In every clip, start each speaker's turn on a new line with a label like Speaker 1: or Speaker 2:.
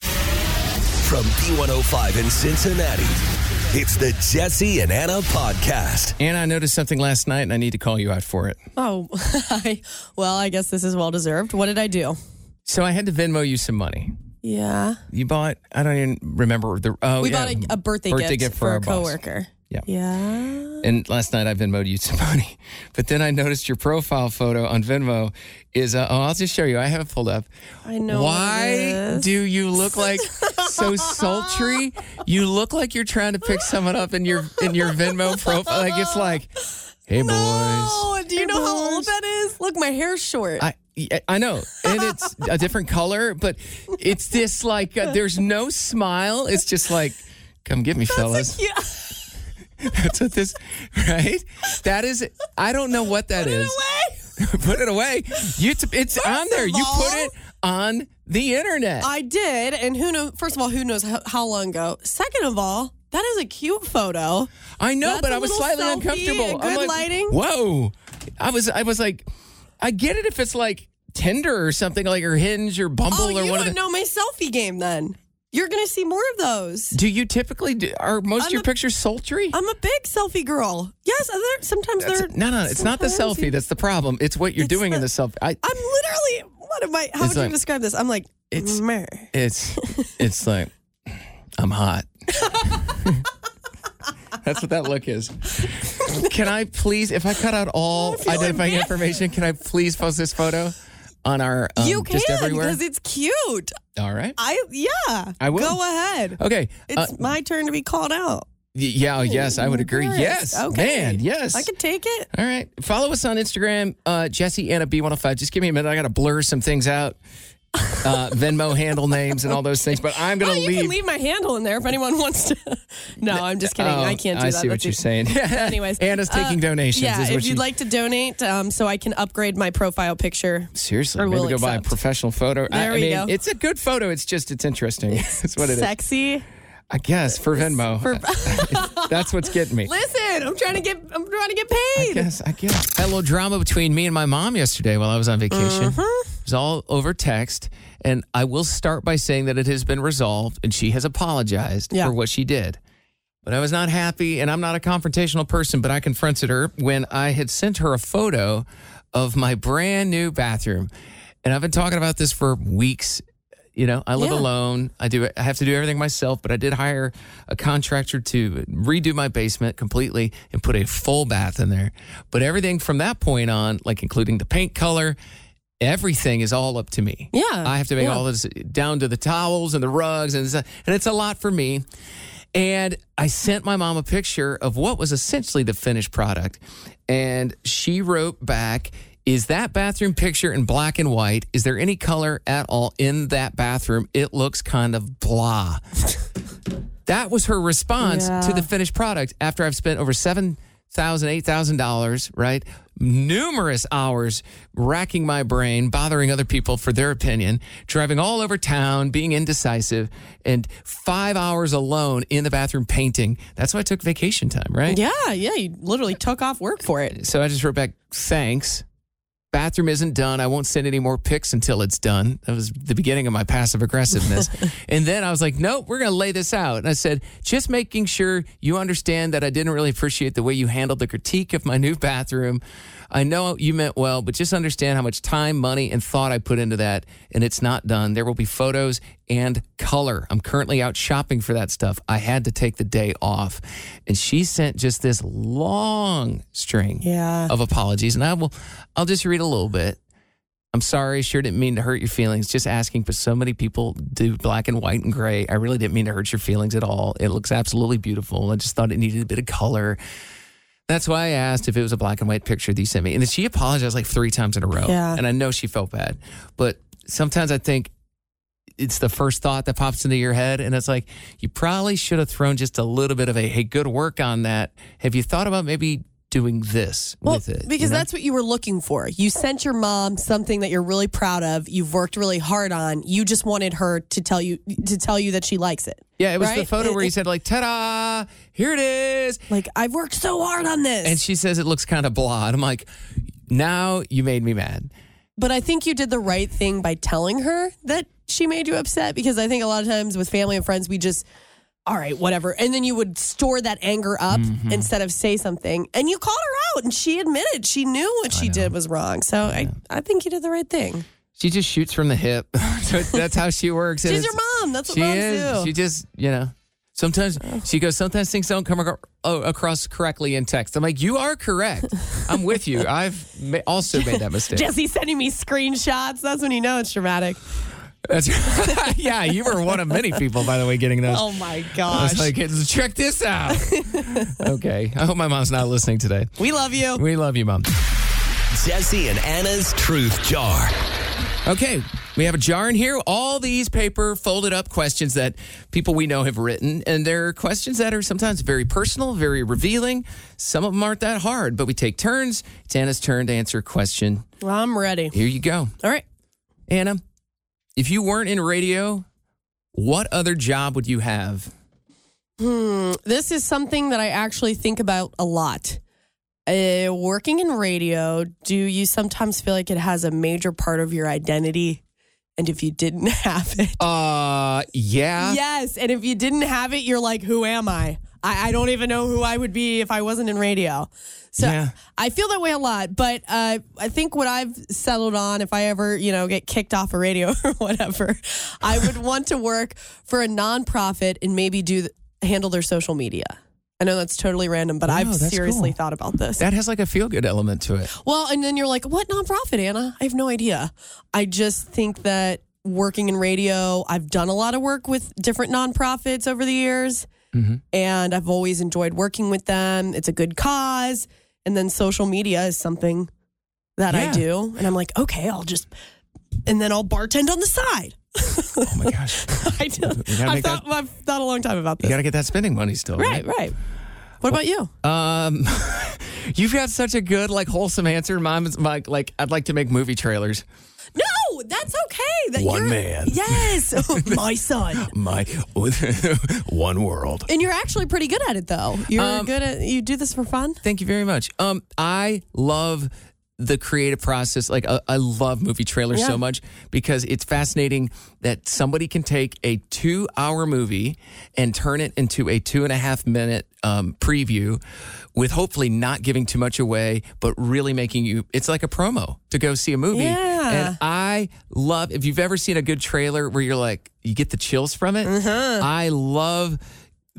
Speaker 1: From B105 in Cincinnati, it's the Jesse and Anna podcast.
Speaker 2: And I noticed something last night and I need to call you out for it.
Speaker 3: Oh, I, well, I guess this is well deserved. What did I do?
Speaker 2: So I had to Venmo you some money.
Speaker 3: Yeah.
Speaker 2: You bought, I don't even remember the, oh,
Speaker 3: We
Speaker 2: yeah,
Speaker 3: bought a, a birthday, gift, for,
Speaker 2: our
Speaker 3: a
Speaker 2: boss.
Speaker 3: coworker.
Speaker 2: Yeah.
Speaker 3: Yeah.
Speaker 2: And last night I Venmoed you some money. But then I noticed your profile photo on Venmo is, uh, oh, I'll just show you. I have it pulled up.
Speaker 3: I know
Speaker 2: Why
Speaker 3: what it is.
Speaker 2: do you look like so sultry? You look like you're trying to pick someone up in your in your Venmo profile. Like it's like, hey boys,
Speaker 3: Oh, do you know how old that is? Look, my hair's short.
Speaker 2: I yeah, I know, and it's a different color, but it's this like uh, there's no smile. It's just like, come get me, fellas.
Speaker 3: yeah.
Speaker 2: That's what this right. That is. I don't know what that is. put it away. You t- it's on there. You
Speaker 3: of
Speaker 2: put
Speaker 3: all-
Speaker 2: it on the internet.
Speaker 3: I did, and who knows? First of all, who knows how, how long ago? Second of all, that is a cute photo.
Speaker 2: I know,
Speaker 3: That's
Speaker 2: but
Speaker 3: a
Speaker 2: I was
Speaker 3: little
Speaker 2: slightly
Speaker 3: selfie,
Speaker 2: uncomfortable.
Speaker 3: and
Speaker 2: I'm
Speaker 3: good
Speaker 2: like,
Speaker 3: lighting.
Speaker 2: Whoa! I was, I was like, I get it if it's like Tinder or something like or Hinge or Bumble
Speaker 3: Oh,
Speaker 2: or
Speaker 3: you
Speaker 2: one of
Speaker 3: wouldn't
Speaker 2: the.
Speaker 3: know my selfie game then. You're gonna see more of those.
Speaker 2: Do you typically do, are most of
Speaker 3: I'm
Speaker 2: your
Speaker 3: a-
Speaker 2: pictures sultry?
Speaker 3: I'm a big selfie girl. Yes, other, sometimes
Speaker 2: That's-
Speaker 3: they're
Speaker 2: no, no, it's not the
Speaker 3: sometimes
Speaker 2: selfie
Speaker 3: you-
Speaker 2: that's the problem. It's what you're
Speaker 3: It's
Speaker 2: doing in the
Speaker 3: the-
Speaker 2: selfie. I,
Speaker 3: I'm literally. What am I? How
Speaker 2: It's
Speaker 3: would
Speaker 2: like-
Speaker 3: you describe this? I'm like.
Speaker 2: It's-
Speaker 3: It's
Speaker 2: it's, it's like, I'm hot. that's what that look is. Can I please, if I cut out all identifying information, can I please post this photo on our um,
Speaker 3: you can
Speaker 2: just everywhere?
Speaker 3: because it's cute.
Speaker 2: all right.
Speaker 3: I yeah.
Speaker 2: I will.
Speaker 3: go ahead.
Speaker 2: Okay. Uh,
Speaker 3: It's my turn to be called out.
Speaker 2: y- yeah, yes, I would agree. Yes.
Speaker 3: Okay.
Speaker 2: Man, yes.
Speaker 3: I can take it.
Speaker 2: All right. Follow us on Instagram, uh, Jesse Anna B105. Just give me a minute. I got to blur some things out. Uh, Venmo handle names and all those things, but I'm
Speaker 3: Oh,
Speaker 2: going to
Speaker 3: you
Speaker 2: leave.
Speaker 3: can leave my handle in there if anyone wants to. no, I'm just kidding.
Speaker 2: Oh,
Speaker 3: I can't do
Speaker 2: I
Speaker 3: that.
Speaker 2: see what
Speaker 3: That's
Speaker 2: you're
Speaker 3: it.
Speaker 2: saying.
Speaker 3: Anyways, uh,
Speaker 2: Anna's taking donations
Speaker 3: Yeah,
Speaker 2: is what
Speaker 3: if
Speaker 2: she-
Speaker 3: you'd like to donate, um, so I can upgrade my profile picture.
Speaker 2: Seriously,
Speaker 3: Or
Speaker 2: maybe
Speaker 3: we'll
Speaker 2: go buy a
Speaker 3: accept.
Speaker 2: professional photo. I,
Speaker 3: There
Speaker 2: I
Speaker 3: we
Speaker 2: mean,
Speaker 3: go.
Speaker 2: it's a good photo. It's just it's interesting. That's what it is.
Speaker 3: Sexy.
Speaker 2: I guess for Venmo,
Speaker 3: for-
Speaker 2: that's what's getting me.
Speaker 3: Listen, I'm trying to get. I'm trying to get
Speaker 2: I
Speaker 3: paid.
Speaker 2: guess. I guess. Had a little drama between me and my mom yesterday while I was on vacation. It was all over text. And I will start by saying that it has been resolved and she has apologized
Speaker 3: Yeah.
Speaker 2: for what she did. But I was not happy and I'm not a confrontational person, but I confronted her when I had sent her a photo of my brand new bathroom. And I've been talking about this for weeks. You know, I live
Speaker 3: Yeah.
Speaker 2: alone. I do I have to do everything myself, but I did hire a contractor to redo my basement completely and put a full bath in there. But everything from that point on, like including the paint color, everything is all up to me.
Speaker 3: Yeah,
Speaker 2: I have to make
Speaker 3: yeah.
Speaker 2: all this down to the towels and the rugs and it's a- and it's a lot for me. And I sent my mom a picture of what was essentially the finished product. And she wrote back, Is that bathroom picture in black and white? Is there any color at all in that bathroom? It looks kind of blah. that was her response to the finished product after I've spent over seven thousand, eight thousand dollars, right? Numerous hours racking my brain, bothering other people for their opinion, driving all over town, being indecisive, and five hours alone in the bathroom painting. That's why I took vacation time, right?
Speaker 3: Yeah, yeah. You literally took off work for it.
Speaker 2: So I just wrote back, thanks. Bathroom isn't done. I won't send any more pics until it's done. That was the beginning of my passive aggressiveness. and then I was like, nope, we're going to lay this out. And I said, just making sure you understand that I didn't really appreciate the way you handled the critique of my new bathroom. I know you meant well, but just understand how much time, money, and thought I put into that, and it's not done. There will be photos and color. I'm currently out shopping for that stuff. I had to take the day off. And she sent just this long string
Speaker 3: Yeah.
Speaker 2: of apologies. And I will I'll just read a little bit. I'm sorry, sure didn't mean to hurt your feelings. Just asking, but so many people do black and white and gray. I really didn't mean to hurt your feelings at all. It looks absolutely beautiful. I just thought it needed a bit of color. That's why I asked if it was a black and white picture that you sent me. And then she apologized like three times in a row.
Speaker 3: Yeah.
Speaker 2: And I know she felt bad. But sometimes I think it's the first thought that pops into your head. And it's like, you probably should have thrown just a little bit of a, hey, good work on that. Have you thought about maybe doing this
Speaker 3: Well,
Speaker 2: with it? you
Speaker 3: because
Speaker 2: know?
Speaker 3: that's what you were looking for. You sent your mom something that you're really proud of. You've worked really hard on. You just wanted her to tell you to tell you that she likes it.
Speaker 2: Yeah, it was the
Speaker 3: right?
Speaker 2: photo
Speaker 3: It-
Speaker 2: where he
Speaker 3: it-
Speaker 2: said, like, ta da, here it is.
Speaker 3: Like I've worked so hard on this.
Speaker 2: And she says it looks kind of blah. And I'm like, now you made me mad.
Speaker 3: But I think you did the right thing by telling her that she made you upset because I think a lot of times with family and friends, we just, all right, whatever. And then you would store that anger up
Speaker 2: Mm-hmm.
Speaker 3: instead of say something. And you called her out and she admitted she knew what she did was wrong. So I, I think you did the right thing.
Speaker 2: She just shoots from the hip. So that's how she works. and
Speaker 3: She's
Speaker 2: it's-
Speaker 3: your mom. That's what
Speaker 2: she
Speaker 3: moms
Speaker 2: is.
Speaker 3: do.
Speaker 2: She just, you know, sometimes she goes, sometimes things don't come ac- oh, across correctly in text. I'm like, you are correct. I'm with you. I've ma- also made that mistake.
Speaker 3: Jesse's sending me screenshots. That's when you know it's dramatic.
Speaker 2: That's right. yeah, you were one of many people, by the way, getting those.
Speaker 3: Oh my
Speaker 2: I
Speaker 3: gosh.
Speaker 2: was like, check this out. okay. I hope my mom's not listening today.
Speaker 3: we love you.
Speaker 2: We love you, mom.
Speaker 1: Jesse and Anna's Truth Jar.
Speaker 2: Okay, we have a jar in here. All these paper folded up questions that people we know have written, and they're questions that are sometimes very personal, very revealing. Some of them aren't that hard, but we take turns. It's Anna's turn to answer a question.
Speaker 3: Well, I'm ready.
Speaker 2: Here you go,
Speaker 3: All right.
Speaker 2: Anna. If you weren't in radio, what other job would you have?
Speaker 3: This is something that I actually think about a lot. Uh, working in radio, do you sometimes feel like it has a major part of your identity? And if you didn't have it,
Speaker 2: Uh, yeah.
Speaker 3: yes. And if you didn't have it, you're like, who am I? I, I don't even know who I would be if I wasn't in radio. So
Speaker 2: Yeah.
Speaker 3: I feel that way a lot. But uh, I think what I've settled on, if I ever, you know, get kicked off a radio or whatever, I would want to work for a nonprofit and maybe do th- handle their social media. I know that's totally random, but I've
Speaker 2: that's
Speaker 3: seriously
Speaker 2: cool.
Speaker 3: thought about this.
Speaker 2: That has like a feel good element to it. Oh
Speaker 3: Well, and then you're like, what nonprofit, Anna? I have no idea. I just think that working in radio, I've done a lot of work with different nonprofits over the years,
Speaker 2: Mm-hmm.
Speaker 3: and I've always enjoyed working with them. It's a good cause. And then social media is something that
Speaker 2: Yeah.
Speaker 3: I do. And I'm like, okay, I'll just, and then I'll bartend on the side.
Speaker 2: Oh my gosh.
Speaker 3: I do.
Speaker 2: gotta
Speaker 3: I've
Speaker 2: make
Speaker 3: thought, I've thought a long time about
Speaker 2: You
Speaker 3: this.
Speaker 2: got to get that spending money still.
Speaker 3: right, right. What about you?
Speaker 2: Um, you've got such a good, like, wholesome answer. Mine's like, like I'd like to make movie trailers.
Speaker 3: No, that's okay. That
Speaker 4: One
Speaker 3: you're-
Speaker 4: man.
Speaker 3: Yes, my son.
Speaker 4: My one world.
Speaker 3: And you're actually pretty good at it, though. You're good at you do this for fun.
Speaker 2: Thank you very much. Um, I love the creative process. Like, I I love movie trailers so
Speaker 3: Yeah.
Speaker 2: much because it's fascinating that somebody can take a two-hour movie and turn it into a two and a half minute um, preview, with hopefully not giving too much away, but really making you. It's like a promo to go see a movie.
Speaker 3: Yeah.
Speaker 2: And I love if you've ever seen a good trailer where you're like you get the chills from it.
Speaker 3: Uh-huh.
Speaker 2: I love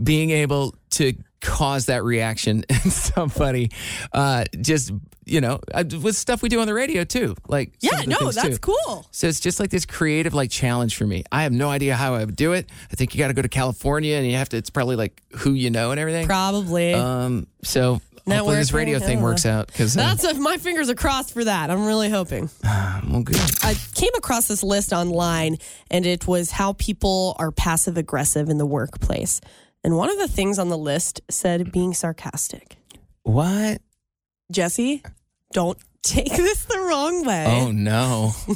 Speaker 2: being able to cause that reaction in somebody. Uh, just you know, I- with stuff we do on the radio too. Like some
Speaker 3: Yeah,
Speaker 2: of the
Speaker 3: no,
Speaker 2: things,
Speaker 3: that's
Speaker 2: too.
Speaker 3: cool.
Speaker 2: So it's just like this creative like challenge for me. I have no idea how I would do it. I think you got to go to California and you have to. It's probably like who you know and everything.
Speaker 3: Probably.
Speaker 2: Um. So
Speaker 3: Not
Speaker 2: hopefully this
Speaker 3: working,
Speaker 2: radio thing
Speaker 3: yeah.
Speaker 2: works out uh, because
Speaker 3: that's if my fingers are crossed for that. I'm really hoping.
Speaker 2: well, good.
Speaker 3: I came across this list online, and it was how people are passive aggressive in the workplace. And one of the things on the list said being sarcastic.
Speaker 2: What?
Speaker 3: Jesse, don't take this the wrong way.
Speaker 2: Oh no. Oh.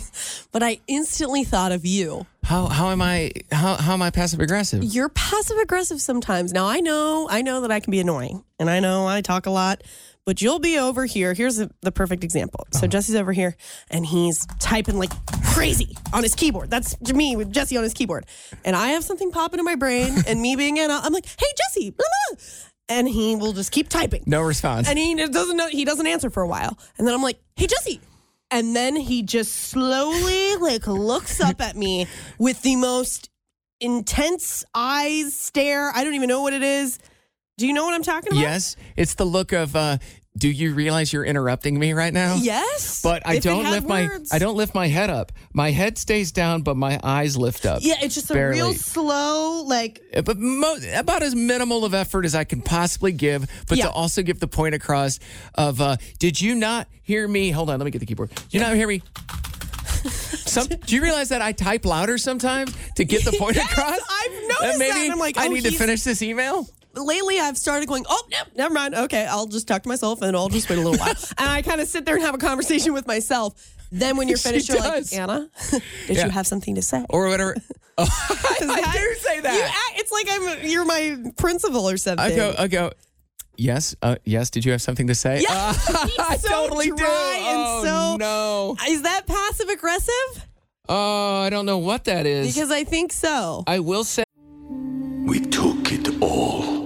Speaker 3: But I instantly thought of you.
Speaker 2: How how am I how how am I passive aggressive?
Speaker 3: you're passive aggressive sometimes. Now I know, I know that I can be annoying, and I know I talk a lot, but you'll be over here. Here's the, the perfect example. So Jesse's over here, and he's typing like crazy on his keyboard. That's me with Jesse on his keyboard, and I have something pop into my brain, and me being Anna, I'm like, "Hey Jesse," blah, blah." and he will just keep typing.
Speaker 2: No response.
Speaker 3: And he doesn't know he doesn't answer for a while. And then I'm like, "Hey, Jesse." And then he just slowly like looks up at me with the most intense eyes stare. I don't even know what it is. Do you know what I'm talking about?
Speaker 2: yes, it's the look of uh, do you realize you're interrupting me right now?
Speaker 3: Yes.
Speaker 2: But I
Speaker 3: If it
Speaker 2: don't
Speaker 3: had
Speaker 2: lift
Speaker 3: words.
Speaker 2: my I don't lift my head up. My head stays down, but my eyes lift up.
Speaker 3: Yeah, it's just a
Speaker 2: Barely.
Speaker 3: real slow like
Speaker 2: Uh, But mo- about as minimal of effort as I can possibly give, but
Speaker 3: Yeah.
Speaker 2: to also give the point across of uh, did you not hear me? Hold on, let me get the keyboard. Did you not hear me? Some, do you realize that I type louder sometimes to get the point
Speaker 3: Yes,
Speaker 2: across?
Speaker 3: I've noticed that,
Speaker 2: maybe
Speaker 3: and I'm like,
Speaker 2: I
Speaker 3: oh,
Speaker 2: need to
Speaker 3: he's-
Speaker 2: finish this email.
Speaker 3: lately I've started going, oh, no, never mind. Okay, I'll just talk to myself and I'll just wait a little while. And I kind of sit there and have a conversation with myself. Then when you're
Speaker 2: She
Speaker 3: finished, you're
Speaker 2: does.
Speaker 3: like, Anna, did
Speaker 2: Yeah.
Speaker 3: you have something to say?
Speaker 2: or whatever. Oh, I,
Speaker 3: That-
Speaker 2: do say
Speaker 3: You
Speaker 2: that.
Speaker 3: act- it's like I'm you're my principal or something.
Speaker 2: I go, I go. Yes, uh, yes. Did you have something to say?
Speaker 3: Yeah,
Speaker 2: Uh,
Speaker 3: he's
Speaker 2: I
Speaker 3: so
Speaker 2: totally do.
Speaker 3: dry and
Speaker 2: oh,
Speaker 3: so-
Speaker 2: no.
Speaker 3: Is that passive aggressive?
Speaker 2: Oh, I don't know what that is.
Speaker 3: Because I think so.
Speaker 2: I will say.
Speaker 4: We took it all.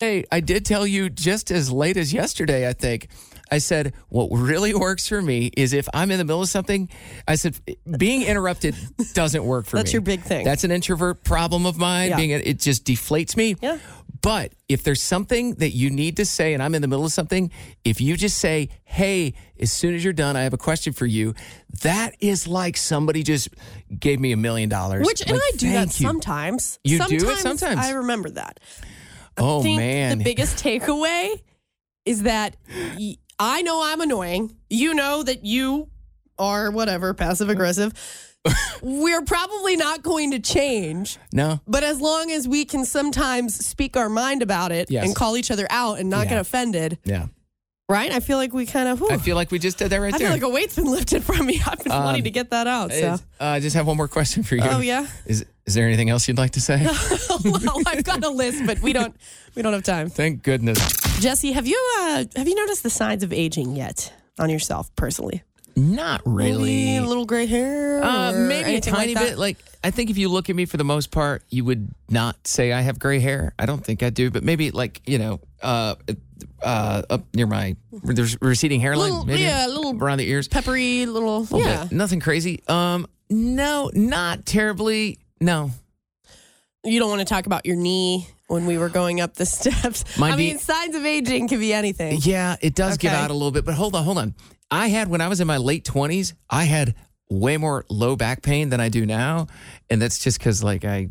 Speaker 2: Hey, I did tell you just as late as yesterday, I think. I said, what really works for me is if I'm in the middle of something, I said, being interrupted doesn't work for me.
Speaker 3: That's your big thing.
Speaker 2: That's an introvert problem of mine.
Speaker 3: Yeah.
Speaker 2: Being It just deflates me.
Speaker 3: Yeah.
Speaker 2: But if there's something that you need to say and I'm in the middle of something, if you just say, hey, as soon as you're done, I have a question for you, that is like somebody just gave me a million dollars.
Speaker 3: Which and
Speaker 2: Like,
Speaker 3: I do that
Speaker 2: thank you.
Speaker 3: sometimes.
Speaker 2: You do it
Speaker 3: sometimes
Speaker 2: sometimes.
Speaker 3: I remember that.
Speaker 2: Oh,
Speaker 3: think
Speaker 2: man.
Speaker 3: the biggest takeaway is that y- I know I'm annoying. You know that you are whatever, passive aggressive. We're probably not going to change,
Speaker 2: no.
Speaker 3: but as long as we can sometimes speak our mind about it
Speaker 2: Yes.
Speaker 3: and call each other out and not
Speaker 2: Yeah.
Speaker 3: get offended,
Speaker 2: Yeah.
Speaker 3: right? I feel like we kind of.
Speaker 2: I feel like we just did that right
Speaker 3: I
Speaker 2: there. Um,
Speaker 3: feel like a weight's been lifted from me. I've been wanting to get that out. So.
Speaker 2: Is- uh, I just have one more question for you.
Speaker 3: Oh, yeah?
Speaker 2: Is is there anything else you'd like to say?
Speaker 3: well, I've got a list, but we don't we don't have time.
Speaker 2: Thank goodness.
Speaker 3: Jesse, have you uh, have you noticed the signs of aging yet on yourself personally?
Speaker 2: Not
Speaker 3: Maybe a little gray hair.
Speaker 2: Uh,
Speaker 3: or
Speaker 2: maybe a
Speaker 3: anything
Speaker 2: tiny
Speaker 3: like that?
Speaker 2: bit. Like I think if you look at me for the most part, you would not say I have gray hair. I don't think I do, but maybe like you know, uh, uh, up near my there's receding hairline.
Speaker 3: Little-
Speaker 2: maybe
Speaker 3: yeah, a little
Speaker 2: around the ears.
Speaker 3: peppery
Speaker 2: A
Speaker 3: little.
Speaker 2: little
Speaker 3: yeah,
Speaker 2: bit. nothing crazy. Um, no, not terribly. No,
Speaker 3: you don't want to talk about your knee when we were going up the steps.
Speaker 2: My
Speaker 3: I
Speaker 2: knee-
Speaker 3: mean, signs of aging can be anything.
Speaker 2: Yeah, it does get
Speaker 3: Okay.
Speaker 2: out a little bit, but hold on, hold on. I had when I was in my late twenties, I had way more low back pain than I do now, and that's just because like I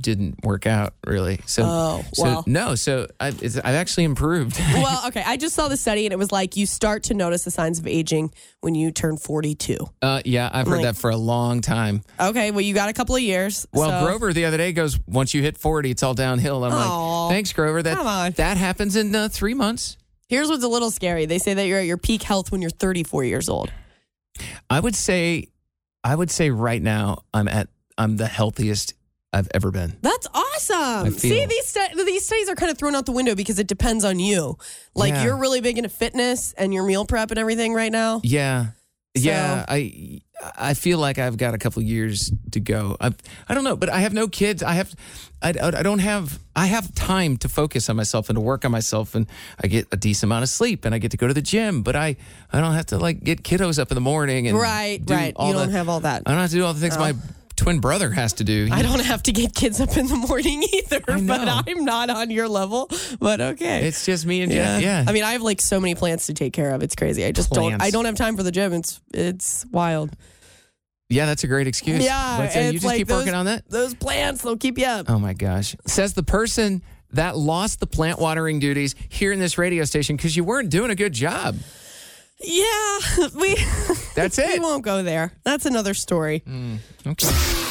Speaker 2: didn't work out really. So,
Speaker 3: Oh,
Speaker 2: so-
Speaker 3: well.
Speaker 2: no, so I, it's, I've actually improved.
Speaker 3: Well, okay. I just saw the study, and it was like you start to notice the signs of aging when you turn 42.
Speaker 2: uh, yeah, I've heard
Speaker 3: Like-
Speaker 2: that for a long time.
Speaker 3: Okay, well, you got a couple of years.
Speaker 2: Well,
Speaker 3: so-
Speaker 2: Grover the other day goes, once you hit forty, it's all downhill. I'm
Speaker 3: Aw,
Speaker 2: like, thanks, Grover. That
Speaker 3: come on."
Speaker 2: that happens in uh, three months.
Speaker 3: Here's what's a little scary. They say that you're at your peak health when you're 34 years old.
Speaker 2: I would say, I would say right now, I'm at I'm the healthiest I've ever been.
Speaker 3: That's awesome.
Speaker 2: I
Speaker 3: See,
Speaker 2: feel-
Speaker 3: these stu- these studies are kind of thrown out the window because it depends on you. Like
Speaker 2: Yeah.
Speaker 3: you're really big into fitness and your meal prep and everything right now.
Speaker 2: Yeah. Yeah,
Speaker 3: So-
Speaker 2: I I feel like I've got a couple years to go. I I don't know, but I have no kids. I have I, I don't have I have time to focus on myself and to work on myself and I get a decent amount of sleep and I get to go to the gym, but I I don't have to like get kiddos up in the morning and
Speaker 3: Right,
Speaker 2: do
Speaker 3: right.
Speaker 2: all
Speaker 3: You don't
Speaker 2: the-
Speaker 3: have all that. Uh-huh.
Speaker 2: I don't have to do all the things my twin brother has to do.
Speaker 3: I don't have to get kids up in the morning either,
Speaker 2: know.
Speaker 3: but I'm not on your level. But okay.
Speaker 2: It's just me and yeah. yeah.
Speaker 3: I mean, I have like so many plants to take care of. It's crazy. I just don't
Speaker 2: Plants.
Speaker 3: I don't have time for the gym. It's it's wild.
Speaker 2: yeah, that's a great excuse.
Speaker 3: Yeah.
Speaker 2: But, uh, you
Speaker 3: it's
Speaker 2: just
Speaker 3: like
Speaker 2: keep
Speaker 3: those,
Speaker 2: working on that.
Speaker 3: Those plants, they'll keep you up.
Speaker 2: Oh my gosh. Says the person that lost the plant watering duties here in this radio station because you weren't doing a good job.
Speaker 3: Yeah. We
Speaker 2: That's
Speaker 3: we
Speaker 2: it.
Speaker 3: won't go there. That's another story.